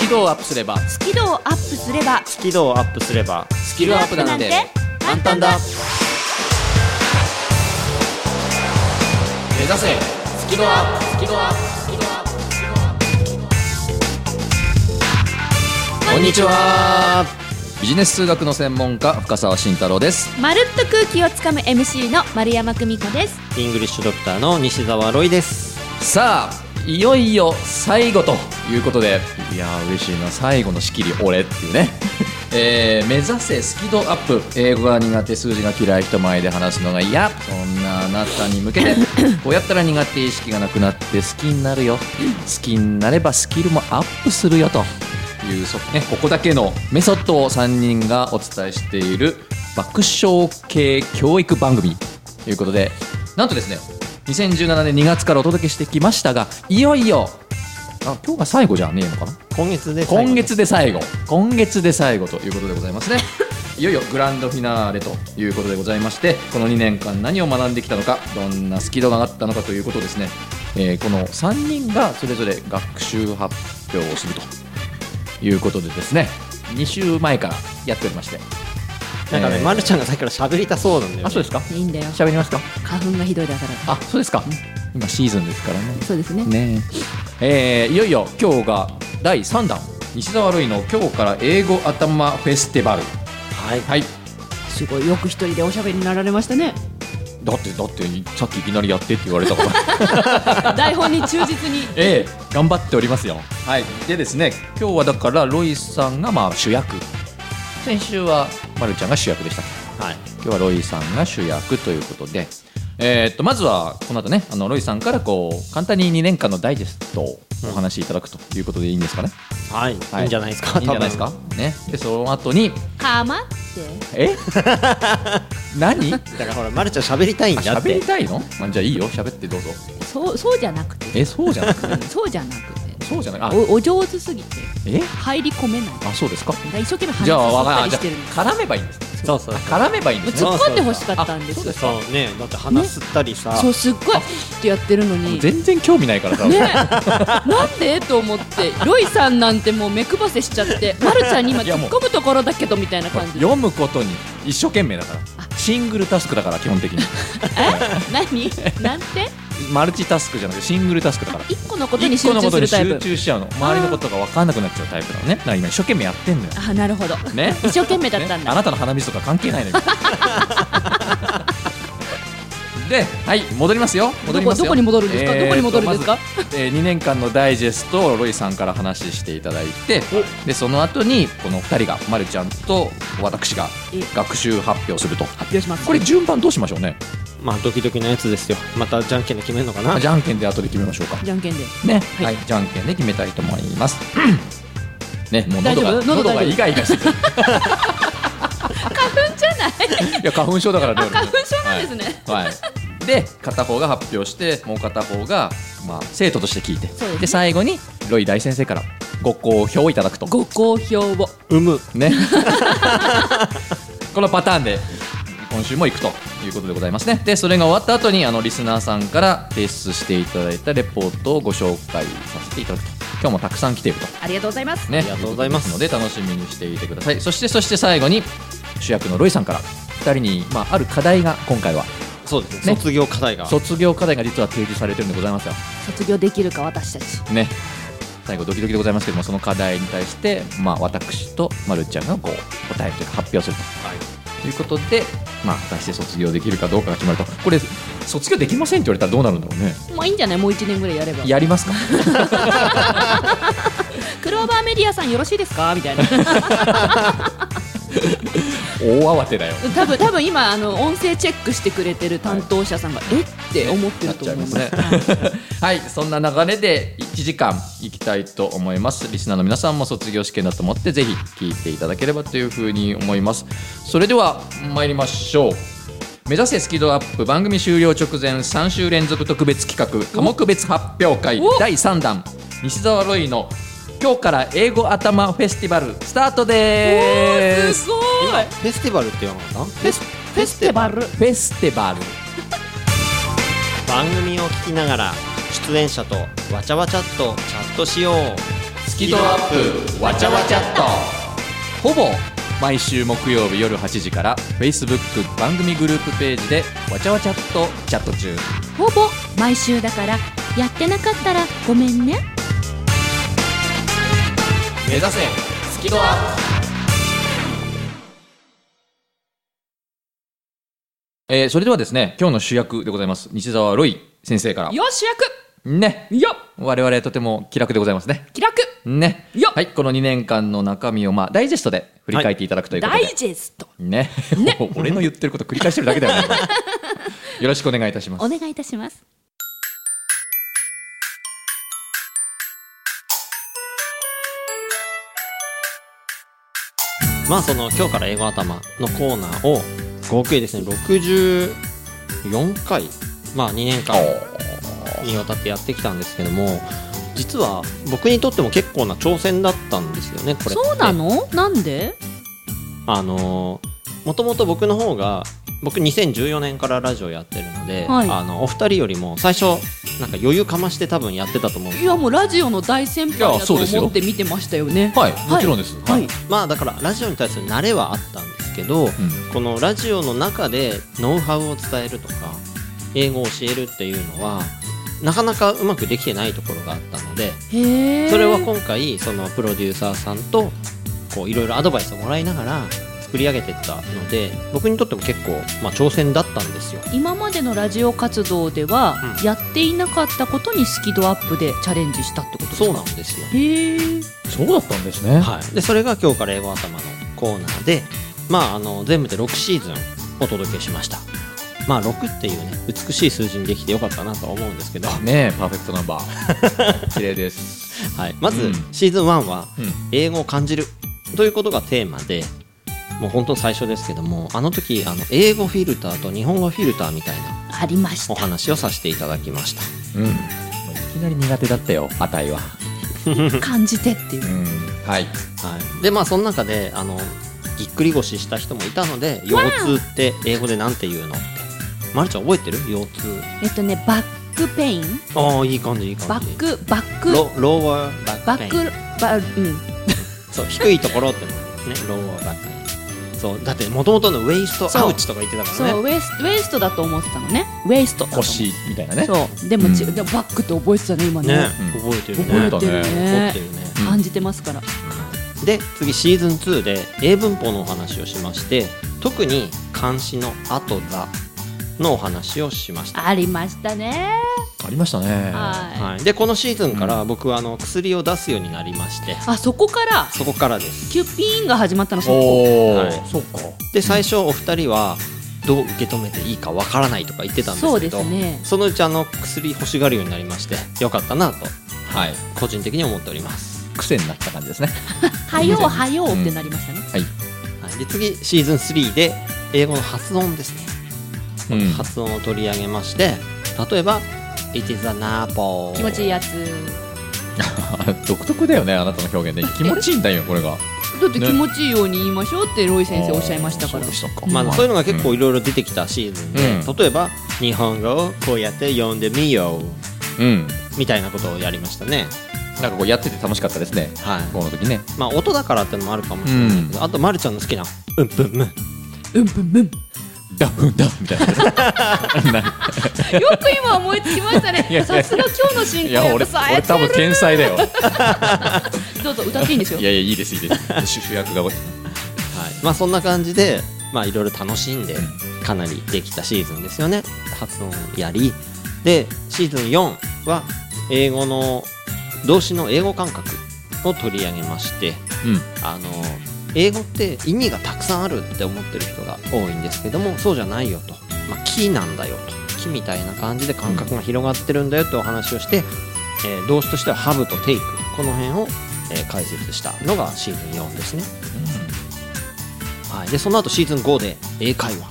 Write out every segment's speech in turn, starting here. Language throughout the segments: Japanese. キ度をアップすればスキルをアップすればスキルをアップすればスキルアップなんて簡単だ目指せスキルアップスキルアップスキルアップスキルアップこんにちはビジネス数学の専門家深澤慎太郎ですまるっと空気をつかむ MC の丸山久美子ですイングリッシュドクターの西澤ロイですさあいよいよ最後ということでいやー嬉しいな最後の仕切り俺っていうね えー目指せスキドアップ英語が苦手数字が嫌い人前で話すのが嫌そんなあなたに向 けてこうやったら苦手意識がなくなって好きになるよ好きになればスキルもアップするよというそ、ね、ここだけのメソッドを3人がお伝えしている爆笑系教育番組ということでなんとですね2017年2月からお届けしてきましたがいよいよあ今日が最後じゃねえのかな今月で最後今月で最後今月で最後ということでござい ますねいよいよグランドフィナーレということでございましてこの2年間何を学んできたのかどんなスキルがあったのかということをですね、えーこの3人がそれぞれ学習発表をするということでですね2週前からやっておりましてなんかね、えーまるちゃんがさっきから喋りたそうなんだよ、ね、あそうですかいいんだよ喋りますか花粉がひどいだからあそうですか今シーズンですからねそうですねねえーいよいよ今日が第3弾西澤るいの「今日から英語頭フェスティバル」はいはいすごいよく一人でおしゃべりになられましたねだってだってさっきいきなりやってって言われたから 台本に忠実に ええ頑張っておりますよはいでですね今日はだからロイさんがまあ主役先週はまるちゃんが主役でしたはい今日はロイさんが主役ということで、えーっとまずはこの後ねあのロイさんからこう簡単に2年間のダイジェストをお話しいただくということでいいんですかね、はい、い、いんじゃないですかいいんじゃないですかねでその後にかまって え何多分だからほらまるちゃん喋りたいんあだっ喋てりたいの、まあ、じゃあいいよ喋ってどうぞそうそうじゃなくてえそうじゃな くてうんそうじゃなくてそうじゃなくてあおお上手すぎてえ入り込めないあそうですか一生懸命話じゃあわしかたありじしゃてるんですあ絡めばいいんですねそうそうあ絡めばいいんです突ねうっ込んで欲しかったんですあそうですそうねだって話すったりさ、そうすっごいってやってるのに全然興味ないからさ、ね、なんで と思ってロイさんなんてもう目くばせしちゃってまるちゃんに今いや突もうっ込むところだけどみたいな感じ 読むことに一生懸命だからシングルタスクだから基本的 にえ何なんてマルチタスクじゃなくてシングルタスクだから一個のことに一集個の中ことすにるタイ集プ中しちゃうの周りのことが分かんなくなっちゃうタイプなのねだから今一生懸命やってんのよあなるほど、ね一生懸命だったんねだ、あなたの鼻水とか関係ないの よで、はい、戻りますよ。戻りますよ。どこどこに戻るんですかえーとどこに戻るんですかまずえー、2年間のダイジェストをロイさんから話していただいて、でその後にこの2人がまるちゃんと私がえ学習発表すると。発表しますこれ順番どうしましょうね。まあドキドキのやつですよまたじゃんけんで決めるのかなあじゃんけんで後で決めましょうか。じゃん けんでね、いはい、じゃんけんで決めたいと思います。 ね、もう大喉丈が夫喉喉大丈夫がイガイガして る。花粉じゃないいや花粉症だからね。俺も花粉症なんですねはい。はいで片方が発表してもう片方がまあ生徒として聞いてそうですでね最後にロイ大先生からご好評をいただくとご好評をうむね このパターンで今週も行くということでございますねでそれが終わった後にあのリスナーさんから提出していただいたレポートをご紹介させていただくと今日もたくさん来ているとありがとうございますね、ありがとうございまとすうことですので楽しみにしていてくださいそしてそして最後に主役のロイさんから2人に、まあ、ある課題が今回はそうですねね卒業課題が卒業課題が実は提示されてるんでございますよ卒業できるか私たちね最後ドキドキでございますけどもその課題に対して、まあ、私とまるちゃんがこう答えというか発表するはいということで、まあ、果たして卒業できるかどうかが決まるとこれ卒業できませんって言われたらどうなるんだろうねまあいいんじゃないもう一年ぐらいやればやります かクローバーメディアさんよろしいですかみたいな大慌てだよ多分多分今あの音声チェックしてくれてる担当者さんが、えって思ってると思いますなっちゃいますねはいそんな流れで1時間いきたいと思いますリスナーの皆さんも卒業試験だと思ってぜひ聞いていただければというふうに思いますそれでは参りましょう目指せスキドアップ番組終了直前3週連続特別企画科目別発表会お第3弾西澤ロイの今日から英語頭フェスティバルスタートでおーーすすごいフェスティバルって言わなかったフェスフェスティバルフェスティバル番組を聞きながら出演者とわちゃわちゃっとチャットしようスキドアップわちゃわちゃっとほぼ毎週木曜日夜8時から Facebook 番組グループページでわちゃわちゃっとチャット中ほぼ毎週だからやってなかったらごめんね目指せスキドアップえーそれではですね今日の主役でございます西澤ロイ先生からよ主役ねよ我々とても気楽でございますね気楽ねよはいこの2年間の中身をまあダイジェストで振り返っていただくということダで、イジェストねも う俺の言ってること繰り返してるだけだよ ねよろしくお願いいたしますお願いいたしますまあその今日から英語頭のコーナーを合計ですね64回まあ2年間にわたってやってきたんですけども実は僕にとっても結構な挑戦だったんですよねこれってそうなのなんであのもともと僕の方が僕2014年からラジオやってるので、はいあのお二人よりも最初なんか余裕かまして多分やってたと思うんですいやもうラジオの大先輩いやだとそうですよ思って見てましたよねはいもちろんですはい、まあだからラジオに対する慣れはあったんですけど、うんこのラジオの中でノウハウを伝えるとか英語を教えるっていうのはなかなかうまくできてないところがあったのでへえそれは今回そのプロデューサーさんとこういろいろアドバイスをもらいながら作り上げてったので僕にとっても結構まあ挑戦だったんですよ。今までのラジオ活動では、うんやっていなかったことにスキドアップでチャレンジしたってことですかそうなんですよへえそうだったんですねはい、でそれが今日から英語頭のコーナーで、まあ、あの全部で6シーズンお届けしました、まあ、6っていうね美しい数字にできてよかったなとは思うんですけど、はねえパーフェクトナンバー 綺麗ですい、まず、うんシーズン1はうん英語を感じるということがテーマでもう本当最初ですけどもあの時あの英語フィルターと日本語フィルターみたいなありましお た話をさせていただきましたうんいきなり苦手だったよ値は感じてっていううんはいはい、でまあその中であのぎっくり腰した人もいたので腰痛って英語でなんて言うのってまるちゃん覚えてる腰痛えっとねバックペインああいい感じいい感じバックバックロローワーバックバペッインクバうんそう低いところってもねローワーバックペインそうだってもともとのウエストそうアウチとか言ってたからそうねウエスウエストだと思ってたのねウエストだと思う腰みたいなねそうでもち、うんでもバックって覚えてたね今ねねう覚えてるね覚えた覚えてる覚えねてるねうん感じてますから、で次シーズン2で英文法のお話をしまして特に漢詩の「あとだ」のお話をしましたありましたねありましたねはい、はい、でこのシーズンから僕はあの薬を出すようになりましてあそこからそこからですキュピーンが始まったのそこおお、はいそうかで最初お二人はどう受け止めていいかわからないとか言ってたんですけどそうですねそのうちあの薬欲しがるようになりましてよかったなとはい個人的に思っております、癖になった感じですねはようはようってなりましたね、はい、はい、で次シーズン3で英語の発音ですね、うん 発音を取り上げまして例えば「It is a napo」気持ちいいやつ独特だよねあなたの表現ね気持ちいいんだよこれがだって気持ちいいように言いましょうってロイ先生おっしゃいましたからそうでしたかまあ、そういうのが結構うんいろいろ出てきたシーズンで、うん例えば「日本語をこうやって読んでみよう」うんみたいなことをやりましたねなんかこうやってて楽しかったですねはいこの時ねまあ音だからってのもあるかもしれないけど、あとまるちゃんの好きな「うんぷんむんうんぷんぷんよダフンダフンみたいな く今思いつきましたいやいねやさすが今日の進いや俺行やっぱさえ俺多分天才だよどうぞ歌っていいんですよいやいやいいですいいです主主役が多い」はいまあそんな感じでまあいろいろ楽しんでかなりできたシーズンですよね発音やりでシーズン4は英語の動詞の英語感覚を取り上げましてうんあの英語って意味がたくさんあるって思ってる人が多いんですけどもそうじゃないよと、まあ、木なんだよと木みたいな感じで感覚が広がってるんだよってお話をして、えー動詞としてはハブとテイクこの辺を、えー解説したのがシーズン4ですね、はい、でその後シーズン5で英会話、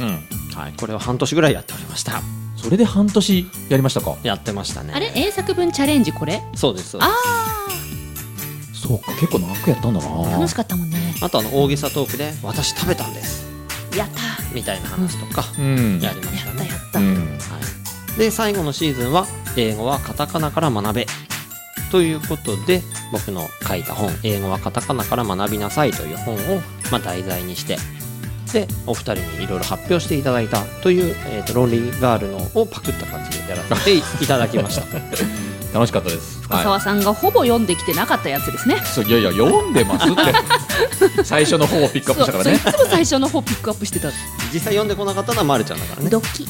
うんはい、これを半年ぐらいやっておりましたそれで半年やりましたかやってましたねあれ英作文チャレンジこれそうですそうですあそうか結構長くやったんだあな楽しかったもんねあとあの大げさトークで「私食べたんですやった」みたいな話とかうんやりましたね、やったやった、うんはい、で最後のシーズンは「英語はカタカナから学べ」ということで僕の書いた本「英語はカタカナから学びなさい」という本を、まあ、題材にしてでお二人にいろいろ発表していただいたという、えーとロンリーガールのをパクった感じでやら せていいただきました楽しかったです。深は澤さんがほぼ読んできてなかったやつですねい。そういやいや読んでますって 最初の方をピックアップしたからね。そうそういつも最初の方ピックアップしてた実際読んでこなかったのはまるちゃんだからね ドキ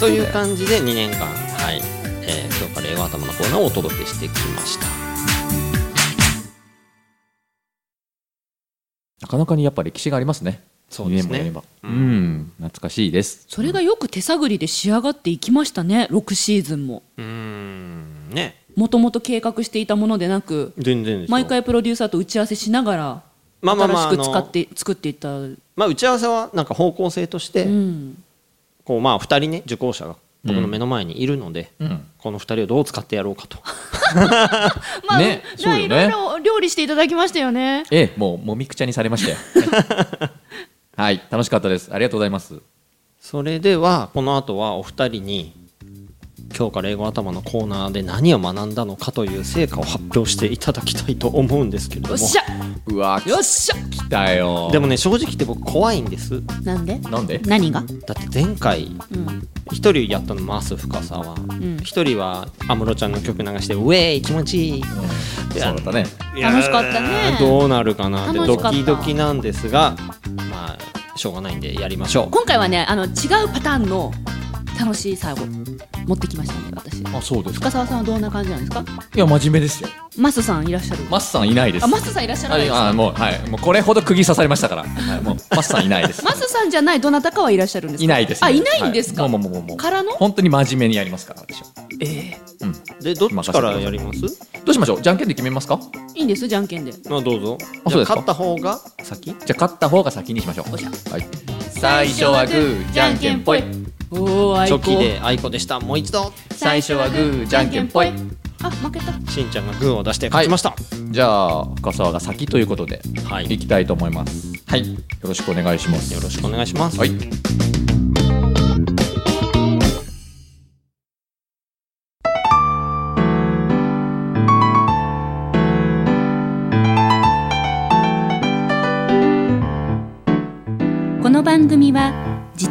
という感じで2年間はい、えー今日から英語頭のコーナーをお届けしてきましたなかなかにやっぱ歴史がありますね。そうです二年ねもやればうん、懐かしいです。それがよく手探りで仕上がっていきましたね6シーズンもうーんねもともと計画していたものでなく全然ですよ毎回プロデューサーと打ち合わせしながらまあまあまあ新しく使あのって作っていったまあ打ち合わせはなんか方向性として、うんこうまあ2人ね受講者が僕の目の前にいるので、うん。この2人をどう使ってやろうかとまあ、ねじゃあそうよいねろいろ料理していただきましたよねええ、もうもみくちゃにされましたよ。 はい、楽しかったです。ありがとうございます。それではこの後はお二人に今日から英語頭のコーナーで何を学んだのかという成果を発表していただきたいと思うんですけれどよもっしゃうわ、よっしゃ来たよ。でもね正直言って僕怖いんですなんでなんで？何がだって前回うん一人やったのマース深さはん一、人は安室ちゃんの曲流して「ウェイ気持ちいい!」そうだったね。楽しかったねどうなるかなって楽ドしかったキドキなんですがまあしょうがないんでやりましょう今回はねあの違うパターンの楽しい最後持ってきましたね私あ、そうです。深澤さんはどんな感じなんですかいや真面目ですよ。マスさんいらっしゃるマスさんいないです。あマスさんいらっしゃらないですああもうはいもうこれほど釘刺されましたから、はい、もうマスさんいないです。マスさんじゃないどなたかはいらっしゃるんですかいないです、あいないんですか、はいもうもうもうもうからの本当に真面目にやりますから私はええうんでどっちからやりますどうしましょうじゃんけんで決めますかいいんですじゃんけんでまあどうぞあじそうゃあですか勝った方が先じゃあ勝った方が先にしましょうおっしゃはい、最初はグーじゃんけんぽいおおあい初こ期であいこでしたもう一度最初はグーじゃんけんぽいあ負けたしんちゃんがグーを出して勝ちましたじゃあ深澤が先ということではい、いきたいと思いますはい、よよろしくお願いしますろしくお願いします、はいこの番組は自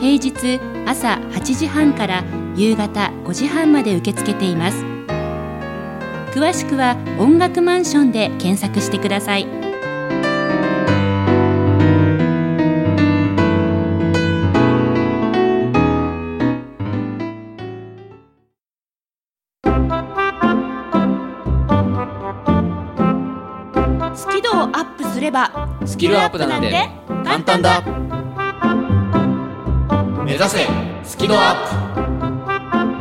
平日朝8時半から夕方5時半まで受け付けています詳しくは音楽マンションで検索してくださいスキルをアップすればスス簡単だ目指せスキルアッ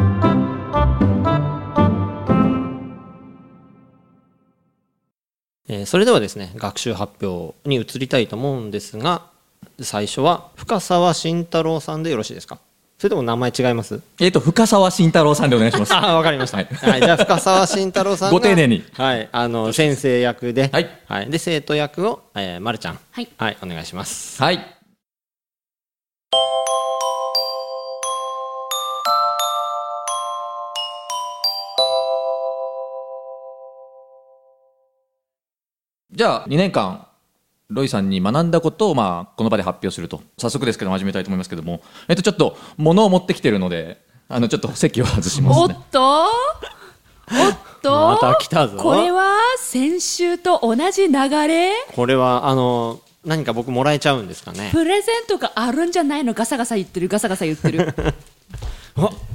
えーそれではですね学習発表に移りたいと思うんですが最初は深沢慎太郎さんでよろしいですかそれとも名前違いますプえっ、と深澤慎太郎さんでお願い しますあわかりました、ははいいじゃあ深沢慎太郎さんがご丁寧にはい、あの先生役で,、はいで生徒役を、えー、まるちゃん、はいお願いしますはいじゃあ2年間ロイさんに学んだことをまあこの場で発表すると早速ですけど始めたいと思いますけどもえっとちょっと物を持ってきてるのであのちょっと席を外しますおねっとおっとまた来たぞこれは先週と同じ流れこれはあの何か僕もらえちゃうんですかねプレゼントがあるんじゃないのガサガサ言ってるガサガサ言っ てる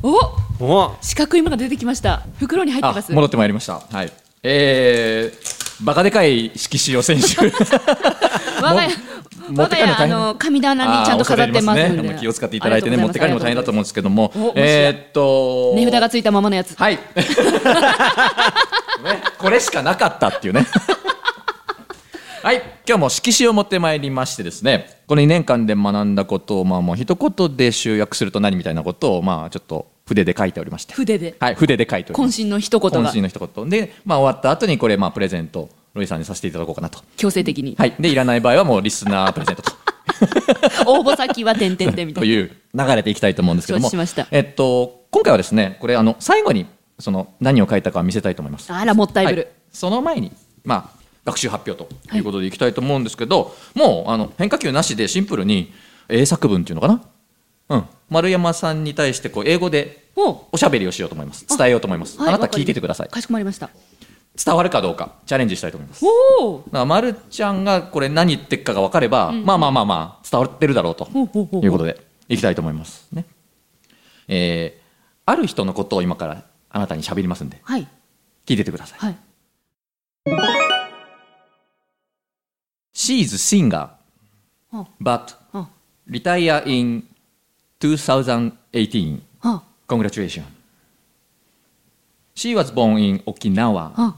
おお四角いものが出てきました袋に入ってあます戻ってまいりましたはいえーバカでかい色紙を選手我が家持我って帰がるの家大あ変の神棚あにーちゃんと飾ってま恐すれん入りでね気を使っていただいてね持って帰るのも大変だと思うんうですけどもおもしやえーっと値札がついたままのや つはいねこれしかなかったって いうねはい今日も色紙を持ってまいりましてですねこの2年間で学んだことをまあもう一言で集約すると何みたいなことをまあちょっと筆で書いておりまして筆ではい筆で書いておりま渾す身の一言が渾身の一言でまあ終わった後にこれまあプレゼントロイさんにさせていただこうかなと強制的にはいでいらない場合はもうリスナープレゼントと応募先は点々点みたといないう流れていきたいと思うんですけども承知しましたえっと、今回はですねこれあの最後にその何を書いたか見せたいと思いますあらもったいぶはるいその前に、まあ、学習発表ということでいきたいと思うんですけど、もうあの変化球なしでシンプルに英作文っていうのかな、うん、丸山さんに対してこう英語でもおしゃべりをしようと思います伝えようと思います、はいあなたわかり聞いててくださいかしこまりました伝わるかどうかチャレンジしたいと思いますおおだからまるちゃんがこれ何言ってっかが分かれば、まあまあまあまあ伝わってるだろうとほうほうほういうことでいきたいと思いますねえーある人のことを今からあなたに喋りますんではい聞いててくださいはい She's a singer あ but あ retire in 2018あ congratulations She was born in Okinawa あ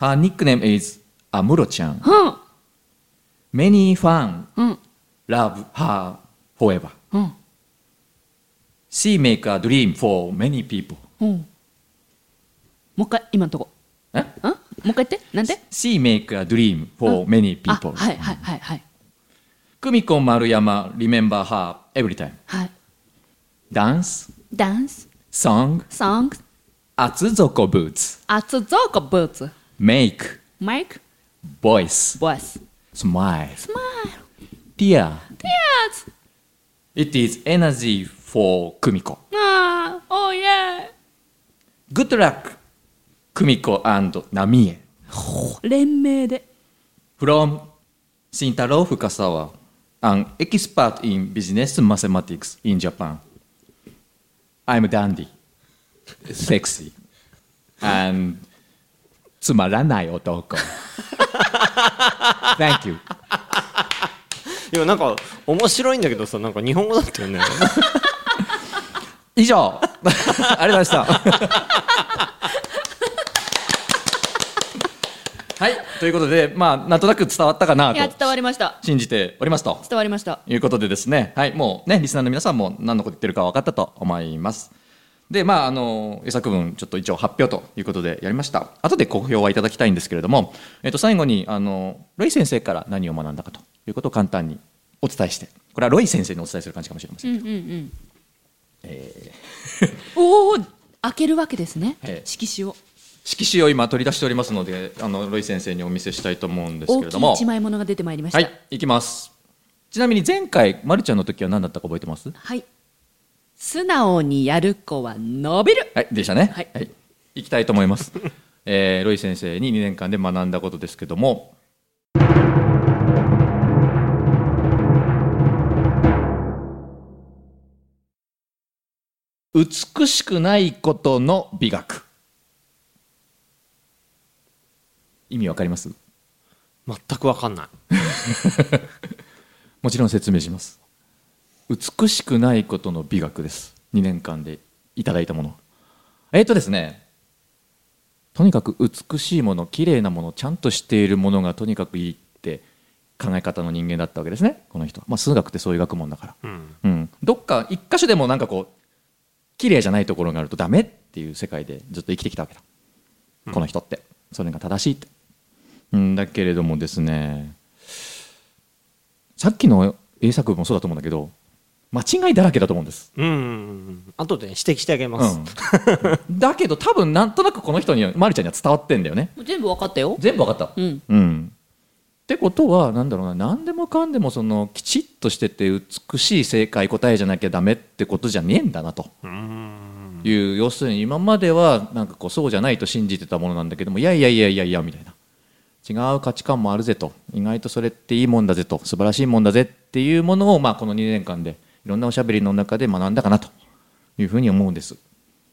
Her nickname is 安室ちゃんうん Many fans うん love her forever うん She make a dream for many people うんもう一回今のとこえんもう一回言ってなんで She make a dream for many あ people はいはいはいはい久美子丸山 remember her every time はい dance ダンス song ソング厚底ブーツ厚底ブーツ make マイク voice ボイス smile マイル tear ティアーズ it is energy for 久美子ああおいえ good luck 久美子 and 浪江連名で from 慎太郎深沢 an expert in business mathematics in Japan I'm dandy sexy and つまらない男 Thank you いやなんか面白いんだけどさなんか日本語だったよね 以上ありがとうございましたはいということでまあなんとなく伝わったかないやと伝わりました信じておりますと伝わりましたということでですね、はい、もうね、リスナーの皆さんも何のこと言ってるか分かったと思います。で、まあ、あの、予作文、ちょっと一応発表ということでやりました。後で公表はいただきたいんですけれども、えっと、最後に、あの、ロイ先生から何を学んだかということを簡単にお伝えして、これはロイ先生にお伝えする感じかもしれません。うんうんうん おお開けるわけですねええ色紙を色紙を今取り出しておりますので、あの、ロイ先生にお見せしたいと思うんです大けれきども。い一枚物が出てまいりましたはい、いきます。ちなみに前回、まるちゃんの時は何だったか覚えてますはい素直にやる子は伸びるはい、でしたね。ははいい、い、きたいと思います。 えーロイ先生に2年間で学んだことですけども。美しくないことの美学。意味わかります。全くわかんないもちろん説明します。美しくないことの美学です。2年間でいただいたもの。えっ、とですね、とにかく美しいもの、綺麗なもの、ちゃんとしているものがとにかくいいって考え方の人間だったわけですね、この人は。まあ、数学ってそういう学問だから。うんうん、どっか一箇所でもなんかこう綺麗じゃないところがあるとダメっていう世界でずっと生きてきたわけだ、この人ってそれが正しいって、うん、だけれどもですねさっきの英作文もそうだと思うんだけど間違いだらけだと思うんです、うんうんうん後で指摘してあげます、うん、だけど多分なんとなくこの人にはまるちゃんには伝わってんだよね全部わかったよ全部わかったうんうん、ってことはなんだろうな何でもかんでもそのきちっとしてて美しい正解答えじゃなきゃダメってことじゃねえんだなという要するに今まではなんかこうそうじゃないと信じてたものなんだけどもいやいやいやいやいやみたいな違う価値観もあるぜと意外とそれっていいもんだぜと素晴らしいもんだぜっていうものをまあこの2年間でいろんなおしゃべりの中で学んだかなというふうに思うんです。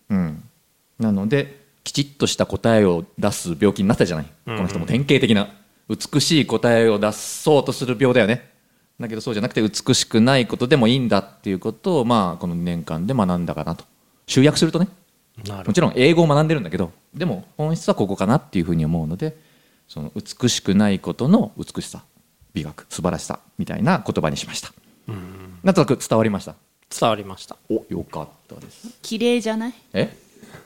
うん、なのできちっとした答えを出す病気になったじゃない、うんこの人も典型的な美しい答えを出そうとする病だよねだけどそうじゃなくて美しくないことでもいいんだっていうことをまあこの2年間で学んだかなと集約するとねなもちろん英語を学んでるんだけどでも本質はここかなっていうふうに思うのでその美しくないことの美しさ美学素晴らしさみたいな言葉にしましたなんとなく伝わりました伝わりましたおよかったです綺麗じゃないえ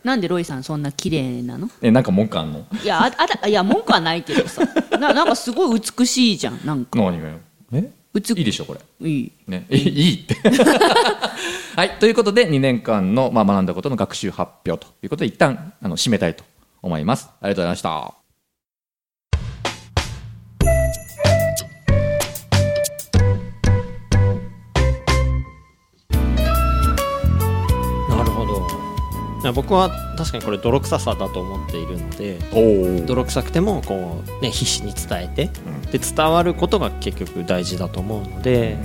なんでロイさんそんな綺麗なのえなんか文句あんのいやああたいや文句はないけどさななんかすごい美しいじゃんなんか何がよえ美いいでしょこれいいね、いいいって。 はい、ということで2年間の、まあ、学んだことの学習発表ということで一旦あの締めたいと思います。ありがとうございました。なるほどいや僕は確かにこれ泥臭さだと思っているのでおお。泥臭くてもこう、ね、必死に伝えて、で伝わることが結局大事だと思うので、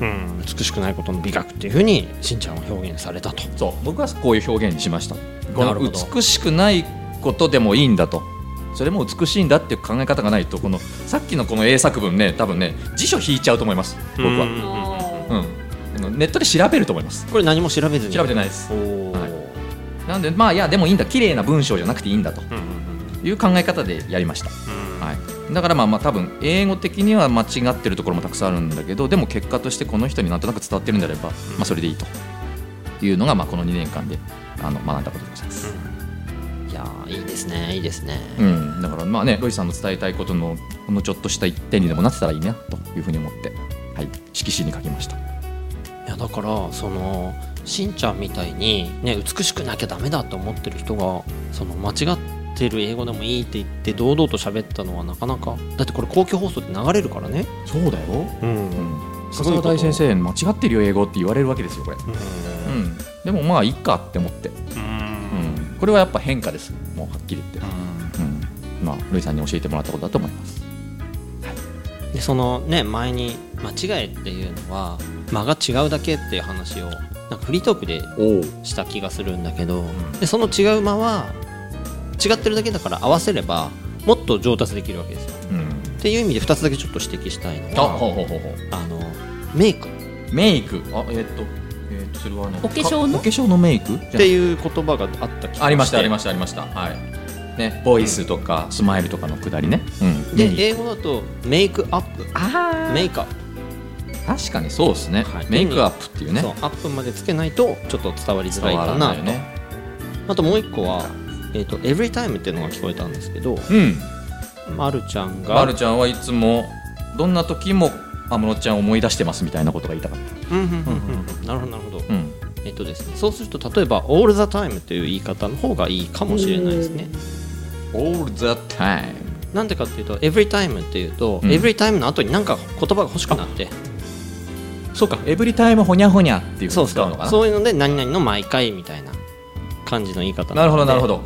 うん、美しくないことの美学っていうふうにしんちゃんは表現されたとそう、僕はこういう表現にしました。こなのるほど美しくないことでもいいんだと。それも美しいんだっていう考え方がないとこのさっきのこの英作文ね多分ね辞書引いちゃうと思います僕は、うんあのネットで調べると思いますこれ何も調べずに調べてないですおーはいなのでまあいやでもいいんだ綺麗な文章じゃなくていいんだとうんうんいう考え方でやりましたうんはい、だからまあまあ多分英語的には間違ってるところもたくさんあるんだけどでも結果としてこの人になんとなく伝わってるんであれば、まあ、それでいいというのがまあこの2年間であの学んだことでございます、いやーいいですねいいですね、うん、だからまあねロイさんの伝えたいことのほんのちょっとした一点にでもなってたらいいなというふうに思って、はい、色紙に書きましたいやだからそのしんちゃんみたいに、ね、美しくなきゃダメだと思ってる人がその間違ってる英語でもいいって言って堂々と喋ったのはなかなかだってこれ公共放送で流れるからねそうだよ、うんうん、す笹ご川いこと大先生間違ってるよ英語って言われるわけですよこれ、うん、でもまあいいかって思って、うん、これはやっぱ変化ですもうはっきり言ってうん、まあルイさんに教えてもらったことだと思います。でそのね前に間違えっていうのは間が違うだけっていう話をなんかフリートークでおお、した気がするんだけど、んでその違う間は違ってるだけだから合わせればもっと上達できるわけですようん、っていう意味で2つだけちょっと指摘したいのあ、はほうほうほうほう。あのメイクっメイク、あ、えーっと、えーっとそれはあのお化粧のかお化粧のメイクっていう言葉があった気がしてありましたありまししたありました。はい。ね、ボイスとかスマイルとかのくだりね。うん。でメイク英語だとメイクアップあメイクアッー確かにそうですね、はいメイクアップっていうプ、ね。そうアップまでつけないとちょっと伝わりづらい変わからなないよね。あともう一個は「えー、と Everytime」っていうのが聞こえたんですけど、うん。ま、るちゃんがまるちゃんはいつもどんな時も安室ちゃんを思い出してますみたいなことが言いたかっうんうんうんうんなるほどなるほどた。うん。えっとですねそうすると例えば「all the time」っていう言い方の方がいいかもしれないですね All the time。なんでかっていうと「everytime」っていうと「うん everytime」の後になんか言葉が欲しくなってそうか、エブリタイムほにゃほにゃっていうふうそうに使うのそかうな。そういうので「何々の毎回」みたいな感じの言い方なるほどなるほど、ど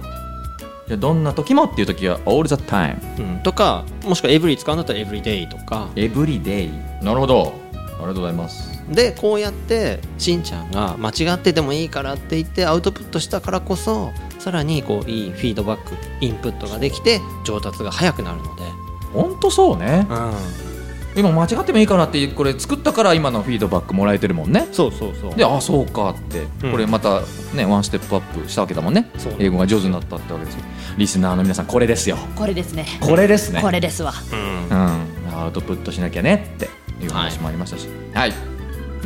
じゃあどんな時もっていう時は all the time うん、とかもしくは「every」使うんだったら「everyday」とか every day なるほどありがとうございますでこうやってしんちゃんが間違ってでもいいからって言ってアウトプットしたからこそさらにこういいフィードバックインプットができて上達が早くなるので、ほんとそうねう今間違ってもいいかなってこれ作ったから今のフィードバックもらえてるもんねん、そうそうそうであそうかって、うんこれまたねワンステップアップしたわけだもんねそう英語が上手になったってわけですよリスナーの皆さんこれですよこれですねこれですねこれですわうんうん、アウトプットしなきゃねっていう話もありましたしはい、い、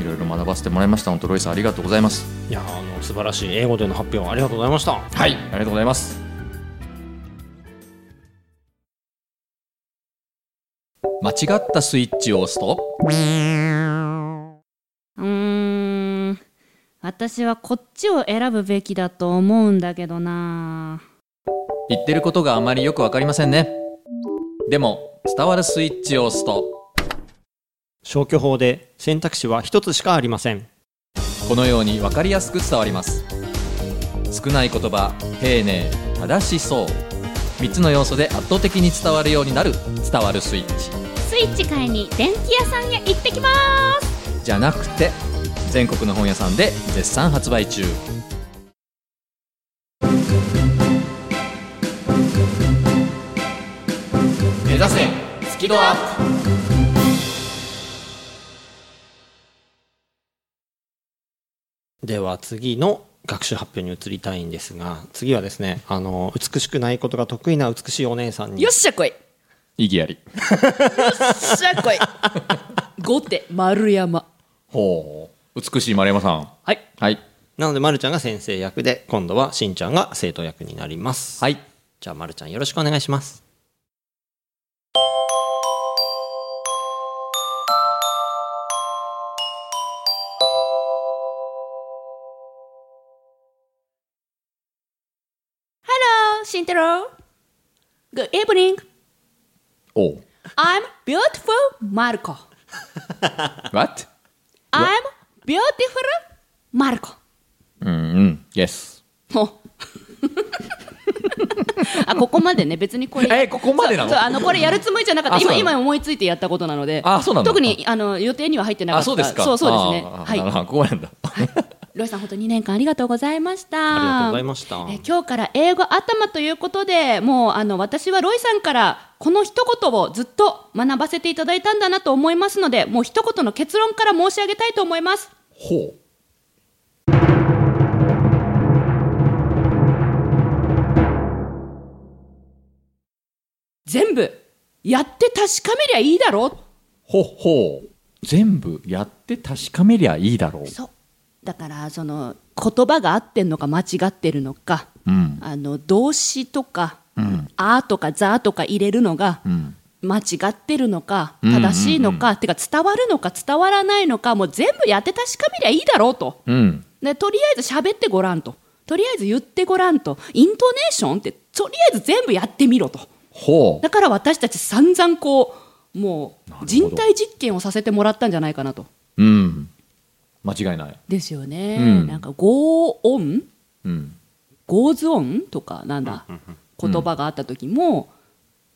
ろいろ学ばせてもらいました本当ロイさんありがとうございますいやあの素晴らしい英語での発表ありがとうございましたはい、ありがとうございます。間違ったスイッチを押すと、うーん私はこっちを選ぶべきだと思うんだけどな言ってることがあまりよくわかりませんね。でも、伝わるスイッチを押すと、消去法で選択肢は一つしかありませんこのようにわかりやすく伝わります。少ない言葉、丁寧、正しそう。3つの要素で圧倒的に伝わるようになる伝わるスイッチスイッチ買いに電気屋さんへ行ってき ますじゃなくて全国の本屋さんで絶賛発売中指せスキドアップでは次の学習発表に移りたいんですが次はですねあの美しくないことが得意な美しいお姉さんによっしゃこいよ意義ありっしゃこい後手丸山ほう美しい丸山さんはいはいなのでまるちゃんが先生役で今度はしんちゃんが生徒役になります、はいじゃあまるちゃんよろしくお願いします Hello, Shintaro. Good evening. おう I'm beautiful Marco. What? I'm beautiful Marco. うんうん Yes もう あここまでね別にこれえここまでなのそうそうあのこれやるつもりじゃなかったあそう今なの今思いついてやったことなのであそうなの特にあの予定には入ってなかったあそうですかそうそうですねあーはなるほいどここまでなんだロイさん本当2年間ありがとうございましたありがとうございましたえ今日から英語頭ということでもうあの私はロイさんからこの一言をずっと学ばせていただいたんだなと思いますのでもう一言の結論から申し上げたいと思いますほ全部やって確かめりゃいいだろうほほう全部やって確かめりゃいいだろうそうだからその言葉が合ってんのか間違ってるのか、うんあの動詞とか「あ」とか「ざ」とか入れるのが、ん間違ってるのか正しいのか、てか伝わるのか伝わらないのかもう全部やって確かめりゃいいだろうと。うんでとりあえず喋ってごらんととりあえず言ってごらんとイントネーションってとりあえず全部やってみろとほうだから私たち散々こうもほうど人体実験をさせてもらったんじゃないかなとうん間違いないですよね、うんなんか合音うん合図音とかなんだ言葉があった時も、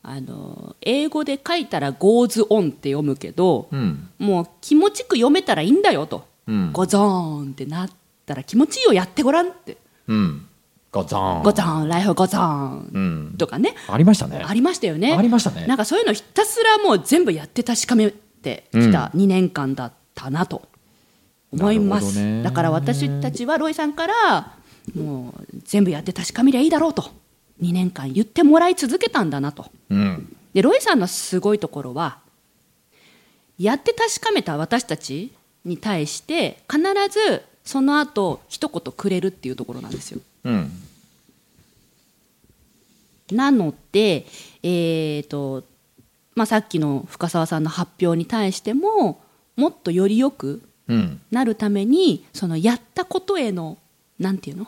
あの英語で書いたら合図音って読むけど、うんもう気持ちく読めたらいいんだよと、うんゴゾーンってなったら気持ちいいよやってごらんってうんガザーンゴゾーンライフゴゾーンうんとかね、ありましたねありましたよねありましたねなんかそういうのひたすらもう全部やって確かめてきた2年間だったなと思いまなるす、ほどねだから私たちはロイさんからもう全部やって確かめりゃいいだろうと2年間言ってもらい続けたんだなとうんでロイさんのすごいところはやって確かめた私たちに対して必ずその後一言くれるっていうところなんですようんなので、えーとまあ、さっきの深澤さんの発表に対してももっとよりよくうんなるためにそのやったことへのなんていうの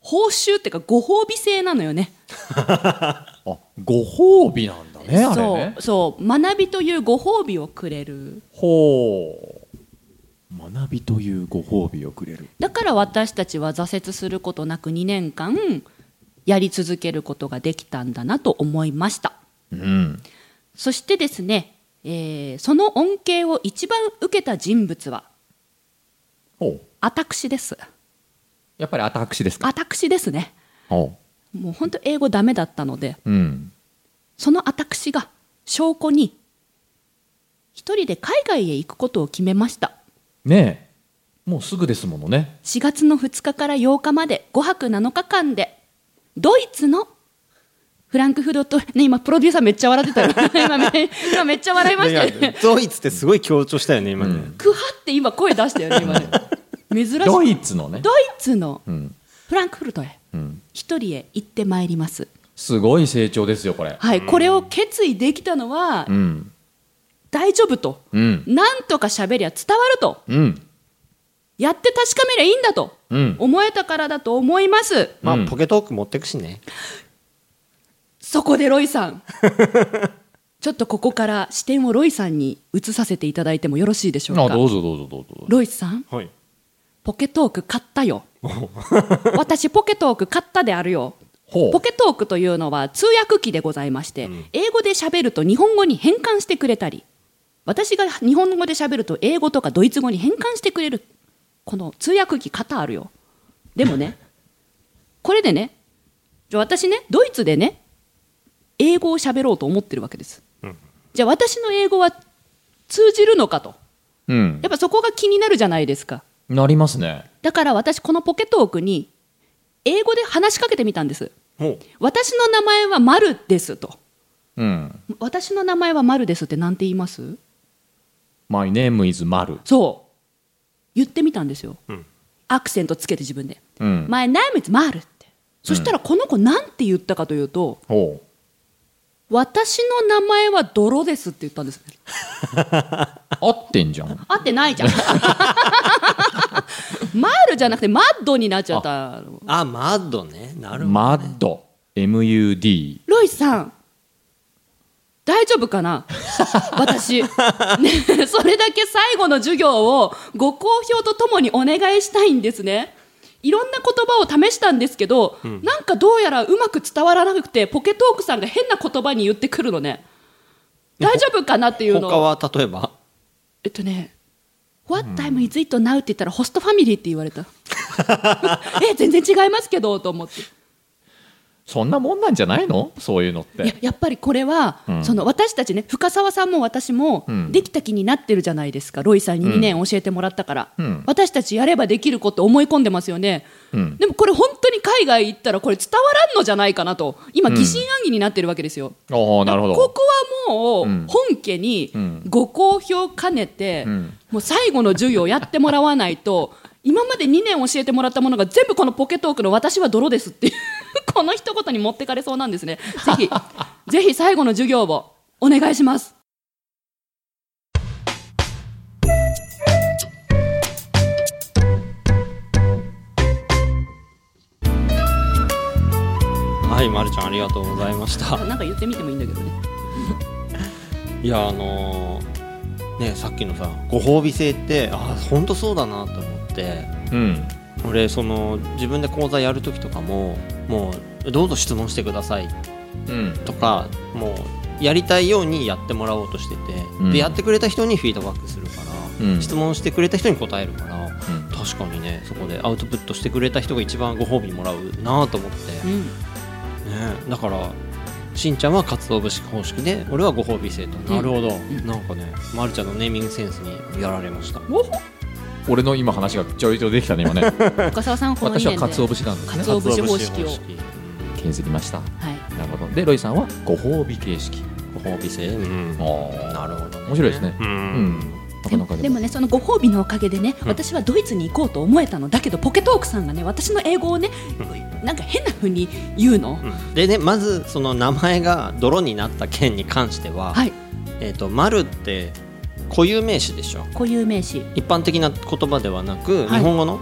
報酬っていうかご褒美性なのよねあご褒美なんだねあれねそうそう学びというご褒美をくれるほう学びというご褒美をくれるだから私たちは挫折することなく2年間やり続けることができたんだなと思いました。うんそしてですね、えーその恩恵を一番受けた人物は、ほう私です。やっぱり私ですか私ですね。ほもう本当英語ダメだったので、ううんその私が証拠に、一人で海外へ行くことを決めました。ねえもうすぐですものね4月の2日から8日まで5泊7日間で、ドイツのフランクフルト、ね、今プロデューサーめっちゃ笑ってたよ。 今め今めっちゃ笑いましたよね。ドイツってすごい強調したよね今ね、クハって今声出したよね、今ね。珍しい。ドイツのねドイツのうんフランクフルトへうん一人へ行ってまいります、すごい成長ですよこれはいこれを決意できたのはうん大丈夫と、うんなんとか喋りゃ伝わるとうんやって確かめりゃいいんだと、うん思えたからだと思いますまあ、うんポケトーク持ってくしねそこでロイさん ちょっとここから視点をロイさんに移させていただいてもよろしいでしょうあかどうぞどうぞどうぞどうぞロイさんはいポケトーク買ったよ 私ポケトーク買ったであるよほポケトークというのは通訳機でございまして、英語で喋ると日本語に変換してくれたり私が日本語で喋ると英語とかドイツ語に変換してくれるこの通訳機型あるよ でもねこれでねじゃあ私ねドイツでね英語を喋ろうと思ってるわけです、じゃあ私の英語は通じるのかとうんやっぱそこが気になるじゃないですかなりますねだから私このポケトークに英語で話しかけてみたんですも私の名前はまるですとうん私の名前はまるですってなんて言います My name is マルそう言ってみたんですよ、んアクセントつけて自分でうん「My name is まる」ってそしたらこの子なんて言ったかというとほう「私の名前は泥です」って言ったんですね合ってんじゃん合っ てないじゃんマルじゃなくてマッドになっちゃったうあマッドねなるほどマッド MUD ロイさん大丈夫かな私、ね、それだけ最後の授業をご好評とともにお願いしたいんですねいろんな言葉を試したんですけど、なんかどうやらうまく伝わらなくてポケトークさんが変な言葉に言ってくるのね大丈夫かなっていうの他は例えばえっとね「What time is it now?」って言ったら「ホストファミリー」って言われた え全然違いますけどと思ってそんなもんなんじゃないのそういうのっいやてやっぱりこれは、んその私たちね深澤さんも私も、うんできた気になってるじゃないですかロイさんに2年教えてもらったから、うん私たちやればできること思い込んでますよね、うんでもこれ本当に海外行ったらこれ伝わらんのじゃないかなと今疑心暗鬼になってるわけですよ、おおなるほこどこはもうう、ん本家にうんご好評兼ねて、うんもう最後の授業やってもらわないと 今まで2年教えてもらったものが全部このポケトークの「私は泥です」っていう この一言に持ってかれそうなんですねぜひぜひ最後の授業をお願いしますはいまるちゃんありがとうございましたなんか言ってみてもいいんだけどねいやあのーねさっきのさご褒美制ってあ本当そうだなと思ってうん俺その自分で講座やる時とかももうどうぞ質問してくださいうんとかもうやりたいようにやってもらおうとしてて、うんでやってくれた人にフィードバックするから、うん質問してくれた人に答えるから、ん確かにねそこでアウトプットしてくれた人が一番ご褒美もらうなと思って、うんね、だからしんちゃんは鰹節方式で俺はご褒美生徒、なるほど、なんかね、ま、るちゃんのネーミングセンスにやられましたおほ俺の今話がちょいちょいできたね 今ね深澤さんはこの2私は年で鰹節なんですね鰹節方式を鰹節削りましたはい、なるほどでロイさんはご褒美形式ご褒美生、うんおーなるほどね面白いですねううんんなかなかでもねそのご褒美のおかげでね私はドイツに行こうと思えたのだけどポケトークさんがね私の英語をねなんか変な風に言うの、うんでねまずその名前が泥になった件に関しては、はいえっ、と丸って固有名詞でしょ固有名詞一般的な言葉ではなく、はい日本語の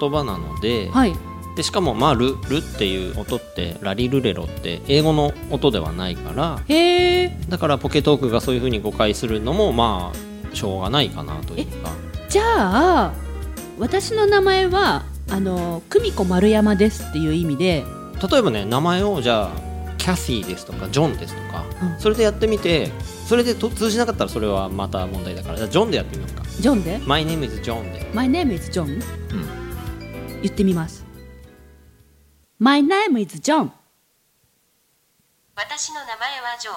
言葉なので,、はいでしかも「まあル」「ル」っていう音って「ラリルレロ」って英語の音ではないからへえだからポケトークがそういうふうに誤解するのもまあしょうがないかなというかじゃあ私の名前はあの久美子丸山ですっていう意味で例えばね名前をじゃあキャシーですとかジョンですとか、うんそれでやってみてそれでと通じなかったらそれはまた問題だからじゃあジョンでやってみようかジョンで「My name is John」で My name is John、言ってみます My name is John 私の名前はジョー。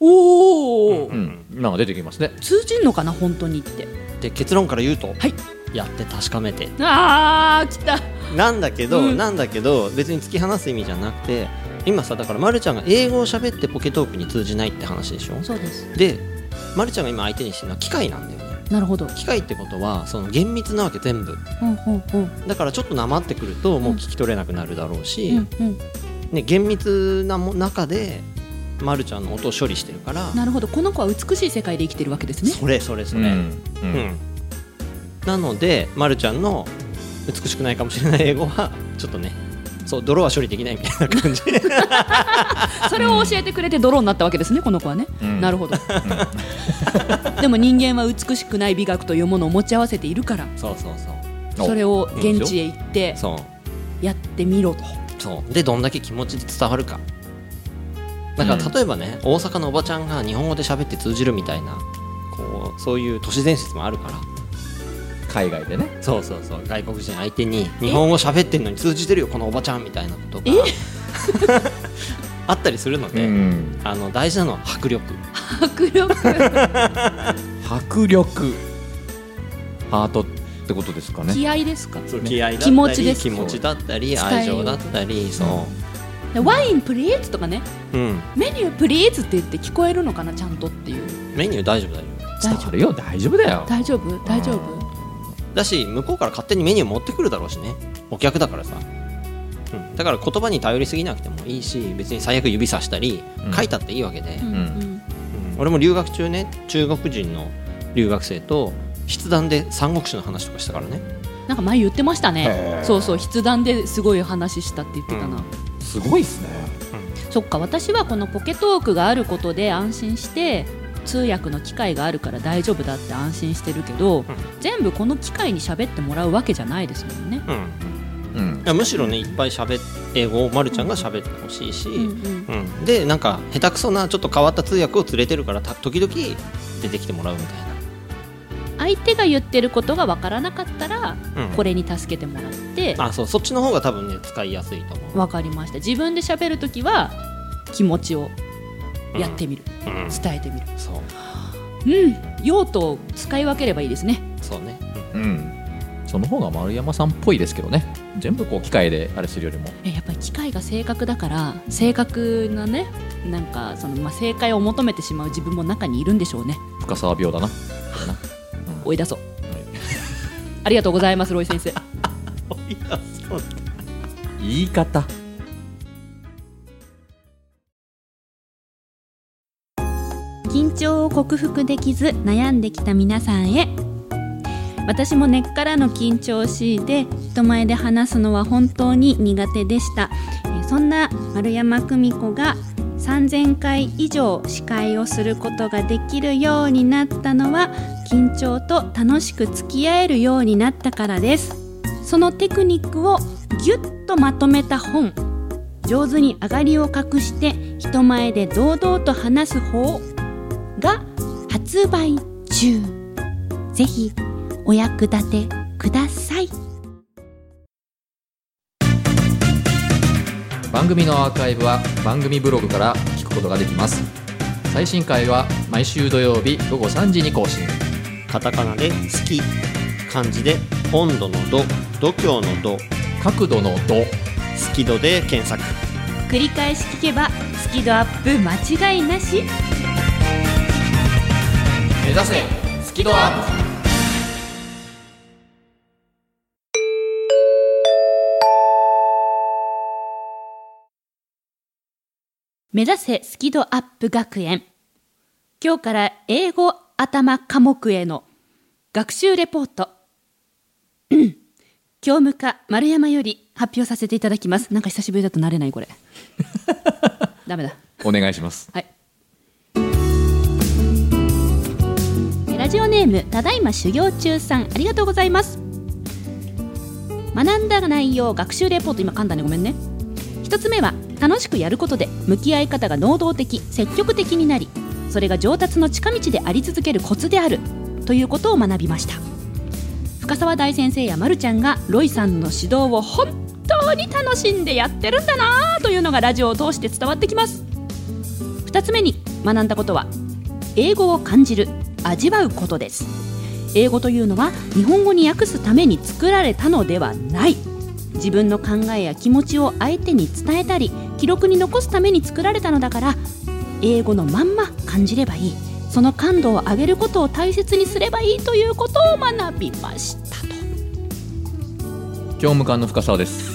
おお、うんなんか出てきますね通じんのかな本当にってで結論から言うと、はいやって確かめてあー来たなんだけど、うんなんだけど別に突き放す意味じゃなくて今さだからまるちゃんが英語を喋ってポケトークに通じないって話でしょそうですでまるちゃんが今相手にしてるのは機械なんだよねなるほど機械ってことはその厳密なわけ全部うんうんうんだからちょっとなまってくるともう聞き取れなくなるだろうし、うんうんね、厳密なも中でまるちゃんの音を処理してるからなるほどこの子は美しい世界で生きてるわけですねそれそれそうれ、んううんんなので、ま、るちゃんの美しくないかもしれない英語はちょっとねそう泥は処理できないみたいな 感じそれを教えてくれて泥になったわけですねこの子はね、うんなるほど、でも人間は美しくない美学というものを持ち合わせているからそうそうそうおそれを現地へ行ってそうやってみろとそうでどんだけ気持ちで伝わるかだかうらん例えばね、大阪のおばちゃんが日本語で喋って通じるみたいなこうそういう都市伝説もあるから海外でねそうそうそう外国人相手に日本語喋ってんのに通じてるよこのおばちゃんみたいなことが あったりするので、うんあの大事なのは迫力迫力迫力ハートってことですかね気合ですかそう気合だったり気持ちです気持ちだったり伝え愛よう情だったりそ でワインプリーズとかねう、うん、メニュープリーズって言って聞こえるのかなちゃんとっていうメニュー大丈夫大丈伝わるよ大丈夫だよ大丈夫大丈夫夫だし向こうから勝手にメニュー持ってくるだろうしねお客だからさ、うん、だから言葉に頼りすぎなくてもいいし別に最悪指さしたりうん書いたっていいわけで、んうんうん俺も留学中ね中国人の留学生と筆談で三国志の話とかしたからねなんか前言ってましたへねーそうそう筆談ですごい話したって言ってたな、うすごいっすねそっか私はこのポケトークがあることで安心して通訳の機会があるから大丈夫だって安心してるけど、全部この機会に喋ってもらうわけじゃないですもんね。うんうんいやむしろねいっぱい喋っ英語をまるちゃんが喋ってほしいし、うんうんうんでなんか下手くそなちょっと変わった通訳を連れてるからた時々出てきてもらうみたい相手が言ってることが分からなかったらな、うん、これに助けてもらってあそうそっちの方が多分ね使いやすいと思う、分かりました自分で喋るときは気持ちをやってみる、うん、伝えてみるそううん用途を使い分ければいいですねそうね、うんその方が丸山さんっぽいですけどね全部こう機械であれするよりもえやっぱり機械が正確だから正確なねなんかその、まあ、正解を求めてしまう自分も中にいるんでしょうね深沢病だな追い出そうありがとうございますロイ先生うん、いやそう言い方緊張を克服できず悩んできた皆さんへ私も根っからの緊張を強いて人前で話すのは本当に苦手でしたえーそんな丸山久美子が3000回以上司会をすることができるようになったのは緊張と楽しく付き合えるようになったからですそのテクニックをぎゅっとまとめた本上手に上がりを隠して人前で堂々と話す方が発売中ぜひお役立てください番組のアーカイブは番組ブログから聞くことができます最新回は毎週土曜日午後3時に更新カタカナで「好き」漢字で「温度の度」「度胸の度」角度の度「好き度」で検索繰り返し聞けばスキドアップ間違いなし目指せスキドアップ目指せスキドアップ学園今日から英語頭科目への学習レポート うん教務課丸山より発表させていただきますなんか久しぶりだと慣れない これダメだお願いしますはい。ラジオネームただいま修行中さんありがとうございます。学んだ内容学習レポート今簡単でごめんね。一つ目は楽しくやることで向き合い方が能動的積極的になりそれが上達の近道であり続けるコツであるということを学びました深沢大先生やまるちゃんがロイさんの指導を本当に楽しんでやってるんだなぁというのがラジオを通して伝わってきます2つ目に学んだことは英語を感じる味わうことです英語というのは日本語に訳すために作られたのではない自分の考えや気持ちを相手に伝えたり記録に残すために作られたのだから英語のまんま感じればいいその感度を上げることを大切にすればいいということを学びましたと教務官の深沢です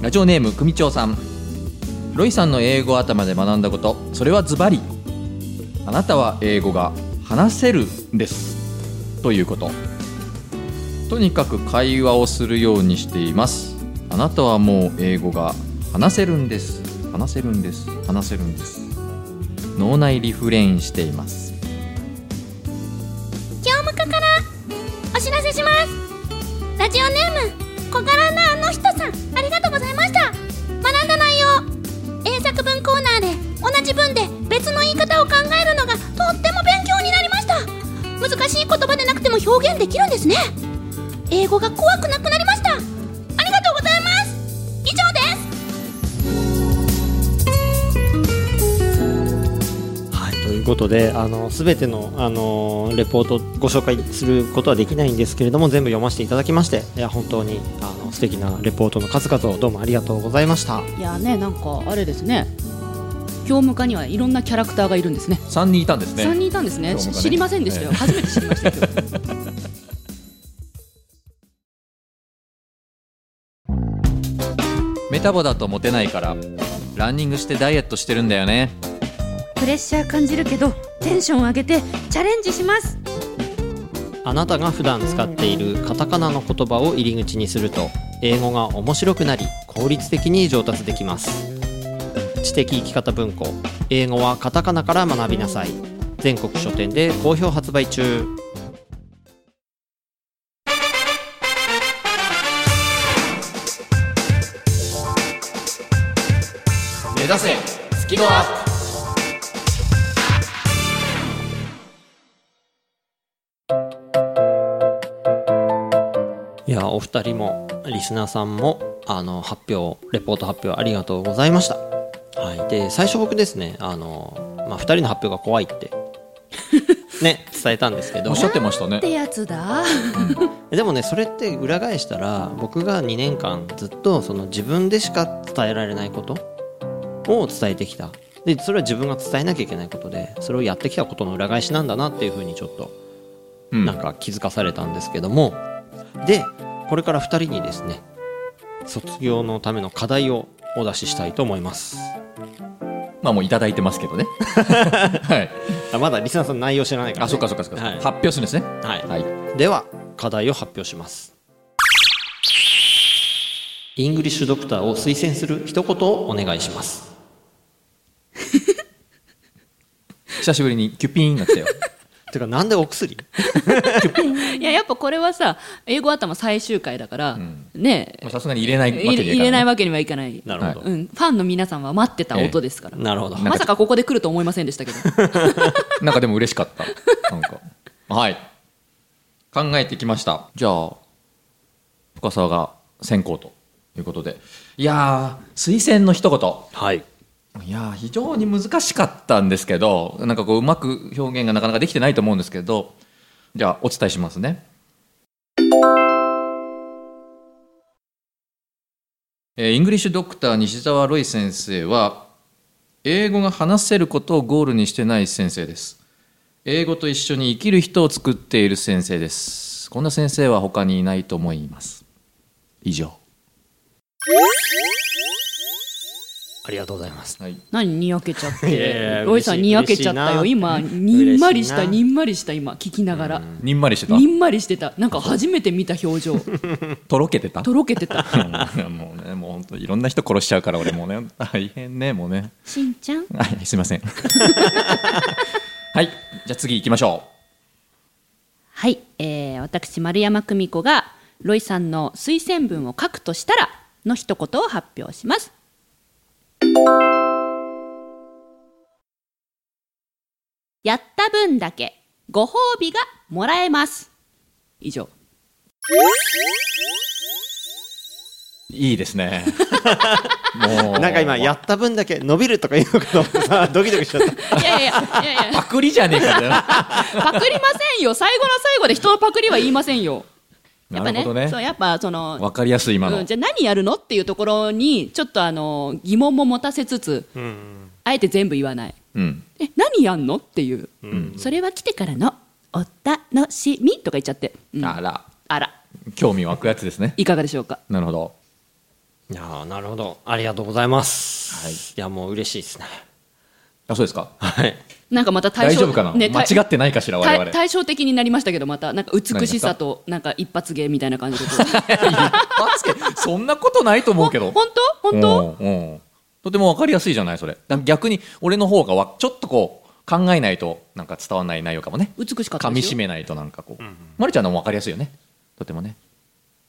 ラジオネーム組長さんロイさんの英語頭で学んだことそれはズバリあなたは英語が話せるんですということとにかく会話をするようにしていますあなたはもう英語が話せるんです話せるんです話せるんです脳内リフレインしています教務課からお知らせしますラジオネーム小柄なあの人さんありがとうございました学んだ内容英作文コーナーで同じ文で別の言い方を考えるのがとっても勉強になりました難しい言葉でなくても表現できるんですね英語が怖くなくなりましたありがとうございます以上ですことであの全てのあのレポートご紹介することはできないんですけれども全部読ませていただきましていや本当にあの素敵なレポートの数々をどうもありがとうございました いやねなんかあれですね教務課にはいろんなキャラクターがいるんですね3人いたんですね三3人いたんですね教務課ね知りませんでしたよ、ええ初めて知りました けどメタボだとモテないからランニングしてダイエットしてるんだよねプレッシャー感じるけどテンション上げてチャレンジしますあなたが普段使っているカタカナの言葉を入り口にすると英語が面白くなり効率的に上達できます知的生き方文庫英語はカタカナから学びなさい全国書店で好評発売中目指せスキドアップいやお二人もリスナーさんもあの発表レポート発表ありがとうございました、はい、で最初僕ですねあの、まあ、二人の発表が怖いって ね伝えたんですけどおっしゃってましたねってやつだでもねそれって裏返したら僕が2年間ずっとその自分でしか伝えられないことを伝えてきたでそれは自分が伝えなきゃいけないことでそれをやってきたことの裏返しなんだなっていうふうにちょっとうんなんか気づかされたんですけども、でこれから2人にですね卒業のための課題をお出ししたいと思いますまあもういただいてますけどねはいあまだリスナーさん内容知らないから、あそっかそっかそっか、はい発表するんですねはいはいでは課題を発表しますイングリッシュドクターを推薦する一言をお願いします久しぶりにキュピーンが来たよてかなんでお薬いややっぱこれはさ英語頭最終回だから、んねまあさすがに入れないわけにはい入かれない入れないわけにはいかないなるほど、うん、ファンの皆さんは待ってた音ですから、 なるほどんまさかここで来ると思いませんでしたけ どなんかでも嬉しかったなんかはい考えてきましたじゃあ深澤が先行ということでいやー推薦の一言はいいやー非常に難しかったんですけどなんかこううまく表現がなかなかできてないと思うんですけどじゃあお伝えしますね、えーイングリッシュドクター西澤ロイ先生は英語が話せることをゴールにしてない先生です英語と一緒に生きる人を作っている先生ですこんな先生は他にいないと思います以上ありがとうございますはい何にやけちゃっいやいやてロイさんにやけちゃったよ嬉しいな今にんまりした嬉しいなにんまりした今聞きながらにんまりしてたにんまりしてたなんか初めて見た表情とろけてたとろけてた うんもうね、もう本当いろんな人殺しちゃうから俺もうね大変ねもうねしんちゃんはいすいませんはいじゃあ次行きましょはい、えー私丸山久美子がロイさんの推薦文を書くとしたらの一言を発表しますやった分だけご褒美がもらえます以上ういいですねもうなんか今やった分だけ伸びるとか言うのかと思って さドキドキしちゃったいやいやいやいやいやパクリじゃねえかよパクりませんよ最後の最後で人のパクリは言いませんよやなっぱるねほどねそうやっぱそのわかりやすい今の、うん、じゃあ何やるのっていうところにちょっとあの疑問も持たせつつ、あえて全部言わないうんえ何やんのっていう、それは来てからのお楽しみとか言っちゃって、うんあらあら興味湧くやつですねいかがでしょうかなるほどいやーなるほどありがとうございます、はいいやもう嬉しいですねあそうですかはいなんかまた対大照丈夫かな、ね間対違ってないかしら我対々対照的になりましたけどまたなんか美しさとなんか一発芸みたいな感じでバスケそんなことないと思うけど本当本当うんうんとても分かりやすいじゃないそれだ逆に俺の方がわちょっとこう考えないとなんか伝わらない内容かもね美しかった噛でみす締よめないとなんかこう、まるちゃんのも分かりやすいよねとてもね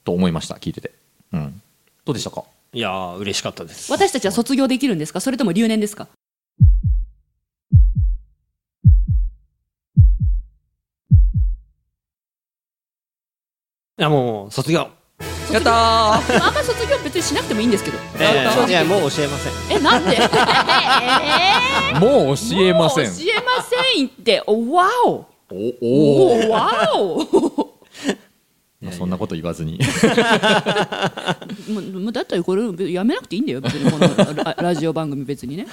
と思いました聞いててうんどうでしたかいやー嬉しかったです私たちは卒業できるんですかそれとも留年ですかいやもう卒業やったーあんま卒業別別にしなくてもいいんですけど。え正直ー、いやもう教えませんえな んでもう教えませんもう教えませんって、おわおおおおわおもまあそんなこと言わず にうもうだったらこれやめなくていいんだよ、別にこ のララジオ番組別にね。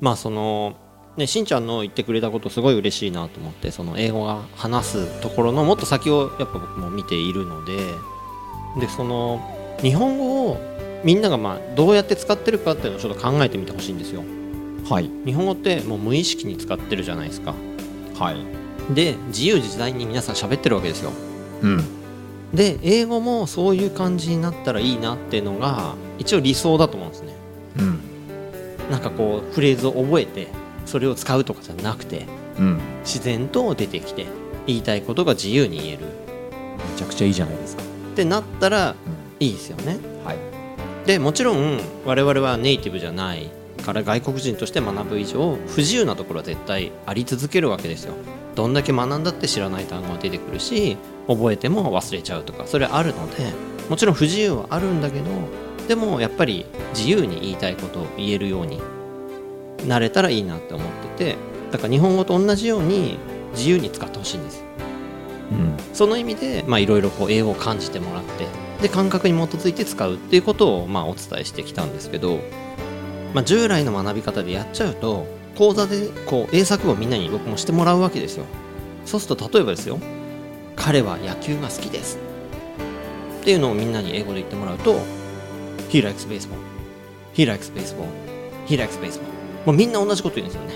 まあそのね、しんちゃんの言ってくれたことすごい嬉しいなと思ってその英語が話すところのもっと先をやっぱ僕も見ているのででその日本語をみんながまあどうやって使ってるかっていうのをちょっと考えてみてほしいんですよはい日本語ってもう無意識に使ってるじゃないですかはいで自由自在に皆さん喋ってるわけですようんで英語もそういう感じになったらいいなっていうのが一応理想だと思うんですねうんなんかこうフレーズを覚えてそれを使うとかじゃなくてうん自然と出てきて言いたいことが自由に言えるめちゃくちゃいいじゃないですかってなったらいいですよねはいでもちろん我々はネイティブじゃないから外国人として学ぶ以上不自由なところは絶対あり続けるわけですよどんだけ学んだって知らない単語が出てくるし覚えても忘れちゃうとかそれあるのでもちろん不自由はあるんだけどでもやっぱり自由に言いたいことを言えるようになれたらいいなって思っててだから日本語と同じように自由に使ってほしいんですうんその意味でまあいろいろこう英語を感じてもらってで感覚に基づいて使うっていうことをまあお伝えしてきたんですけど、まあ、従来の学び方でやっちゃうと講座でこう英作文をみんなに僕もしてもらうわけですよそうすると例えばですよ「彼は野球が好きです」っていうのをみんなに英語で言ってもらうと「He likes baseball」「He likes baseball」「He likes baseball」もうみんな同じこと言うんですよね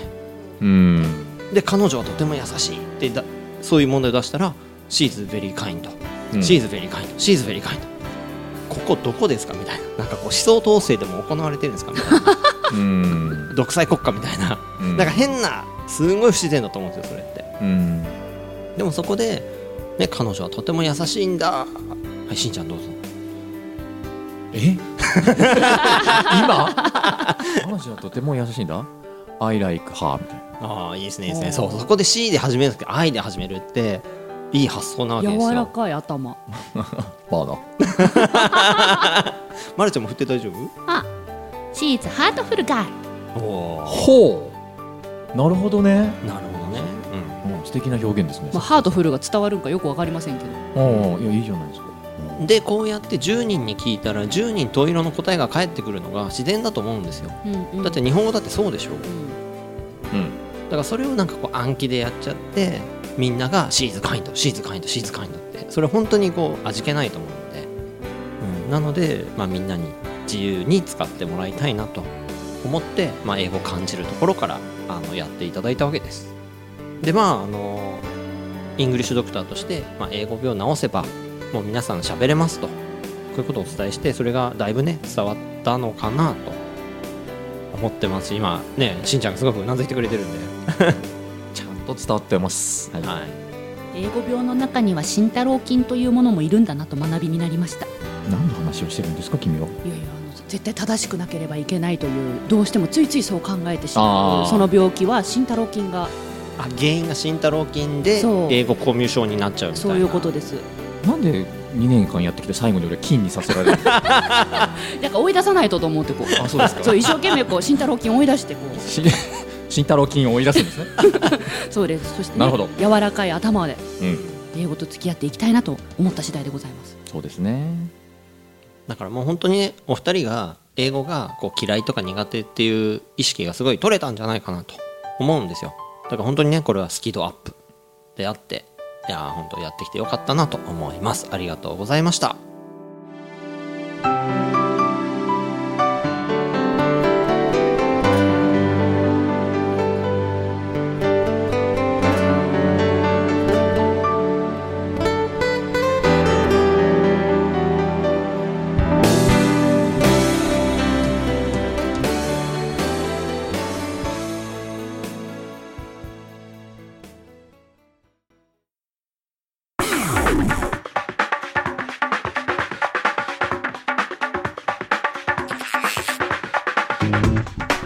うんで彼女はとても優しいってだそういう問題を出したら「She's very kind」うんシーズベリーカインド、シーズベリーカインド。ここどこですかみたいな。なんかこう思想統制でも行われてるんですかみたいな。うん独裁国家みたいな。うんなんか変な、すごい不自然だと思うんですよ、それって。うんでもそこで、ね、彼女はとても優しいんだ。はい、しんちゃんどうぞ。え 今彼女はとても優しいんだ I like her みたいなああ、いいですね、いいですね。そう、そこで C で始めるんですけど、I で始めるって、いい発想なわけです柔らよ。かいバ頭。ーだまるちゃんも振って大丈シーズハートフルガール夫おほうなるほどね、お。なるほどね。うん、素敵な表現ですねまあ、ハートフルが伝わるんかよくわかりませんけど。うんいやいいじゃないですかうん。で、こうやって10人に聞いたら、10人問いの答えが返ってくるのが自然だと思うんですよ。うんうんだって日本語だってそうでしょうんうんだからそれをなんかこう暗記でやっちゃってみんながシーズカインドシーズカインドシーズカインドってそれ本当にこう味気ないと思うので、うん、なので、まあ、みんなに自由に使ってもらいたいなと思って、まあ、英語を感じるところからあのやっていただいたわけですでまああのイングリッシュドクターとして、まあ、英語病を直せばもう皆さん喋れますとこういうことをお伝えしてそれがだいぶね伝わったのかなと思ってますし今ねしんちゃんがすごくうなずいてくれてるんでちゃんと伝わってます、はいはい英語病の中には慎太郎菌というものもいるんだなと学びになりました。何の話をしてるんですか君はいやいやあの絶対正しくなければいけないというどうしてもついついそう考えてしまあうーその病気は慎太郎菌があ原因が慎太郎菌でそう英語コミュ症になっちゃうみたいそなういうことですなんで2年間やってきて最後に俺は金にさせられる だから追い出さないとと思ってこうあそうですか そう一生懸命こう慎太郎菌を追い出してこうし慎太郎金を追い出すんですね、そうですそして、ね、なるほど柔らかい頭でうん、英語と付き合っていきたいなと思った次第でございますそうですねだからもう本当にねお二人が英語がこう嫌いとか苦手っていう意識がすごい取れたんじゃないかなと思うんですよだから本当にねこれはスキドアップであっていやー本当やってきてよかったなと思いますありがとうございました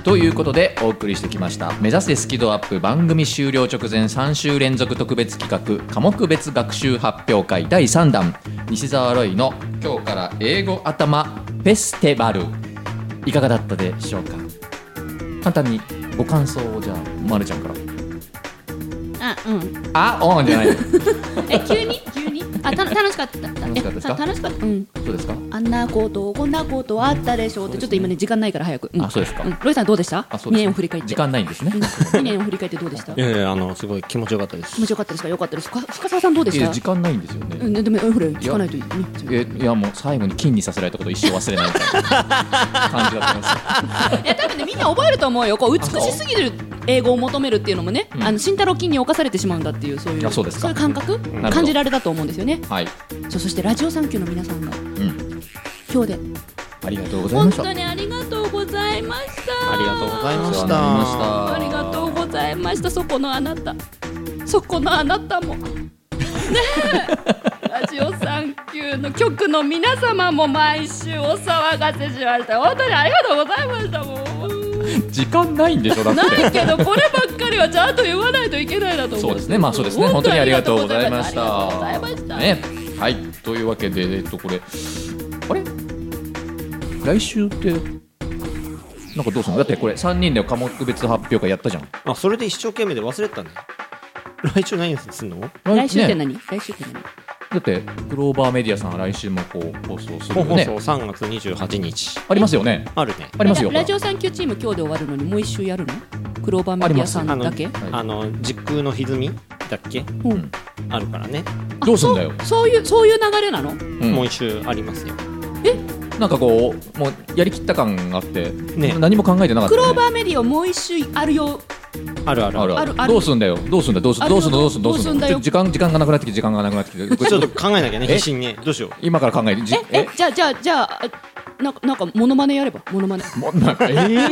ということでお送りしてきました「目指せスキドアップ」番組終了直前3週連続特別企画科目別学習発表会第3弾西澤ロイの「今日かから英語頭フェスティバルいかがだったでしょうか簡単にご感想をじゃあ、ま、るちゃんからあうんあおんじゃないどえ急に急にあた楽しかった楽しかったですかえ楽しかったうんうですかあんなことこんなことあったでしょうってちょっと今ね時間ないから早く、んあそうですかんロイさんどうでしたあそう2です年を振り返って時間ないんですね2年を振り返ってどうでしたいやいやあのすごい気持ちよかったです気持ちよかったですかよかったですか深澤さんどうでいしやた時間ないんですよね、うんでもほら聞かないといいねえいやもう最後に金にさせられたこと一生忘れないみたいな感じだったんです よいや多分ねみんな覚えると思うよこう美しすぎる英語を求めるっていうのもね、うんあの慎太郎菌に侵されてしまうんだっていうそういあうそうですかいう感覚、ほど感じられたと思うんですよねはい、そうそしてラジオサンキューの皆さんがうん、今日でありがとうござい本ました当にありがとうございましたありがとうございましお世話になりましたたありがとうございましたそこのあなたそこのあなたもね えラジオサンキューの局の皆様も毎週お騒がせしました本当にありがとうございましたもう時間ないんでしょだってないけどこればっかりはちゃんと言わないといけないなと思うそうですねまあそうですね本当にありがとうございましたありがとうございましたねはいというわけでえっとこれあれ来週ってなんかどうするのだってこれ3人で科目別発表会やったじゃんあそれで一生懸命で忘れてたね来週何すんの来週ってね何、来週って何だってグローバーメディアさんは来週もこう放送するよ本放ね送3月28日ありますよねあるねありますよララジオ産級チーム今日で終わるのにもう一周やるのクローバーメディアさんあのだけはいあの時空の歪みだっけうんあるからね、どうすんだよそういうそういう流れなのうんもう一周ありますよなんかこうもうやりきった感があって、ね何も考えてなかった、ね、クローバーメディアもう一周あるよあるあるあるああるるあるどうすんだよどうすんだどうすあるどうすんだどうすんだどうすんだよちょ時間時間がなくなってきて時間がなくなってきてちょっと考えなきゃねえ必死にねどうしよう今から考えてじええじゃあじゃあじゃああなんかなんかモノマネやればモノマネもうなんかえー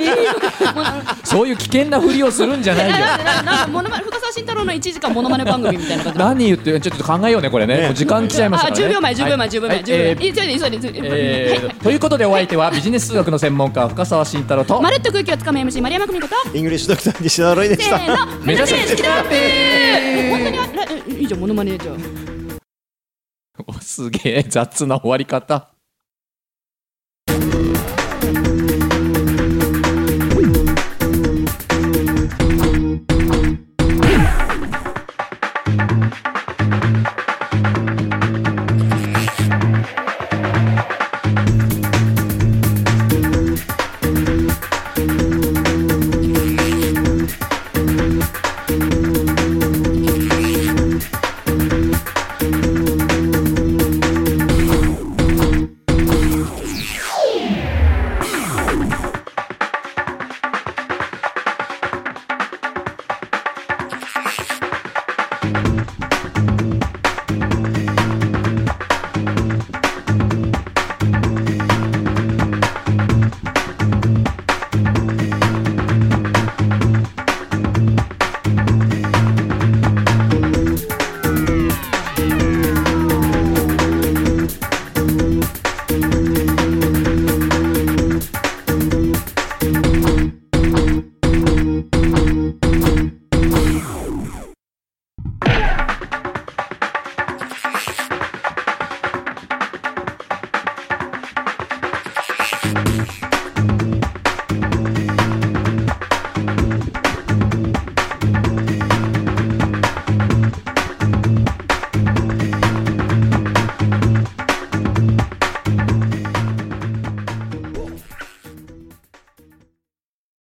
そういう危険なふりをするんじゃないよ なんかなんかなんかモノマネ深澤慎太郎の1時間モノマネ番組みたいな感じ何言ってるちょっと考えようねこれねねもう時間来ちゃいましたあから、ね、 10秒前10秒前10秒は前い10秒前はい急いで急いで急いえーでえーということでお相手はビジネス数学の専門家深澤慎太郎とまるっと空気をつかむ MC 丸山久美子とイングリッシュドクター西田ロイでせーの目指せスキルアップ本当にあらいいじゃんモノマネじゃあおすげえ雑な終わり方